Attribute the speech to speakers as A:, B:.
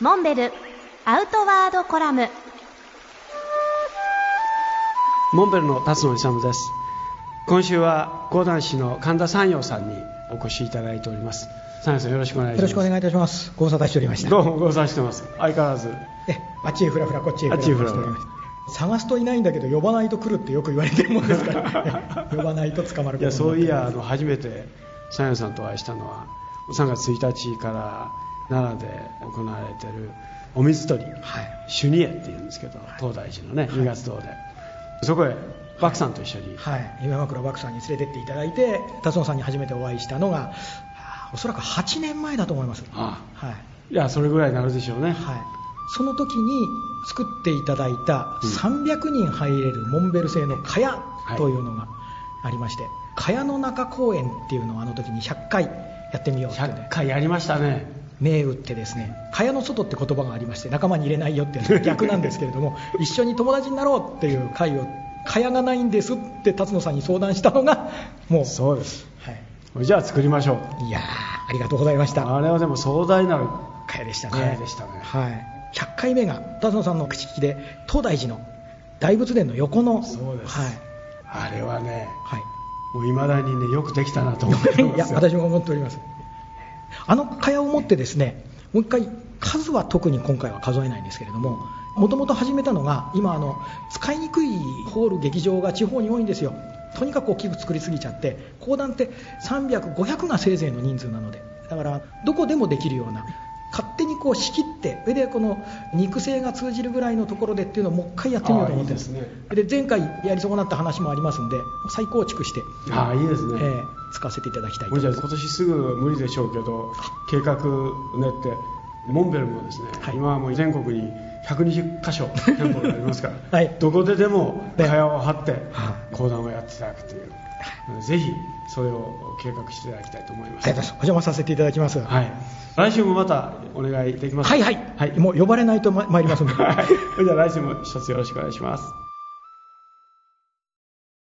A: モンベルアウトワードコラム
B: モンベルの辰野勇です今週は講談師の神田三陽さんにお越しいただいております三陽さんよろしくお願いします
C: よろしくお願いいたします。ご無沙汰しておりました。
B: どうもご無沙汰してます相変わらず
C: え、あっちへふらふらこっちへふらふらしておりま
B: あっちへふら
C: した。探すといないんだけど呼ばないと来るってよく言われてるもんですから 呼ばないと捕まる
B: いやそういやあの初めて三陽さんとお会いしたのは3月1日から奈良で行われてるお水取り、シュニエっていうんですけど、東大寺のね、二月堂でそこへバクさんと一緒に、
C: はい今枕漠さんに連れてっていただいて達野さんに初めてお会いしたのがあーおそらく8年前だと思います
B: あ
C: はい、
B: いやそれぐらいになるでしょうね、
C: はい、その時に作っていただいた300人入れるモンベル製の蚊帳
B: い
C: というのがありまして蚊帳の中公演っていうのをあの時に100回やってみようってね
B: 100回やりましたね
C: 銘打ってですね蚊帳の外って言葉がありまして仲間に入れないよっていう のは逆なんですけれども一緒に友達になろうっていう会を蚊帳がないんですって辰野さんに相談したのがもう
B: そうです
C: はい、
B: じゃあ作りましょう
C: いやーありがとうございました
B: あれはでも壮大なる
C: 蚊帳でしたね
B: 蚊帳でしたね
C: はい、100回目が辰野さんの口利きで東大寺の大仏殿の横の
B: そうです
C: はい
B: あれはね
C: はい
B: もういまだにねよくできたなと思ってますよ
C: いや、私も思っております。あの蚊帳を持ってですね、もう一回、数は特に今回は数えないんですけれども、もともと始めたのが、今あの、使いにくいホール、劇場が地方に多いんですよ。とにかく大きく作りすぎちゃって、講談って300、500がせいぜいの人数なので、だから、どこでもできるような、勝手にこう仕切って、それでこの肉声が通じるぐらいのところでっていうのをもう一回やってみようと思ってる
B: あ
C: ん
B: ーいいです
C: で前回やり損なった話もありますんで、再構築して、
B: ああいいですね、
C: えー使わせていただきた
B: も
C: い
B: う
C: と
B: じゃあ今年すぐ無理でしょうけど計画練ってモンベルもですね、
C: はい
B: 今はもう全国に120箇所店舗がありますから、
C: はい
B: どこででも蚊
C: ね
B: 帳を張って
C: は
B: 講談をやっていただくという、ぜひそれを計画していただきたいと思いま
C: あ
B: す
C: りがとうございますお邪魔させていただきますは
B: はい、来週もまたお願いできますか
C: いはい、
B: はい
C: もう呼ばれないとま参りますので
B: じゃあ来週も一つよろしくお願いします。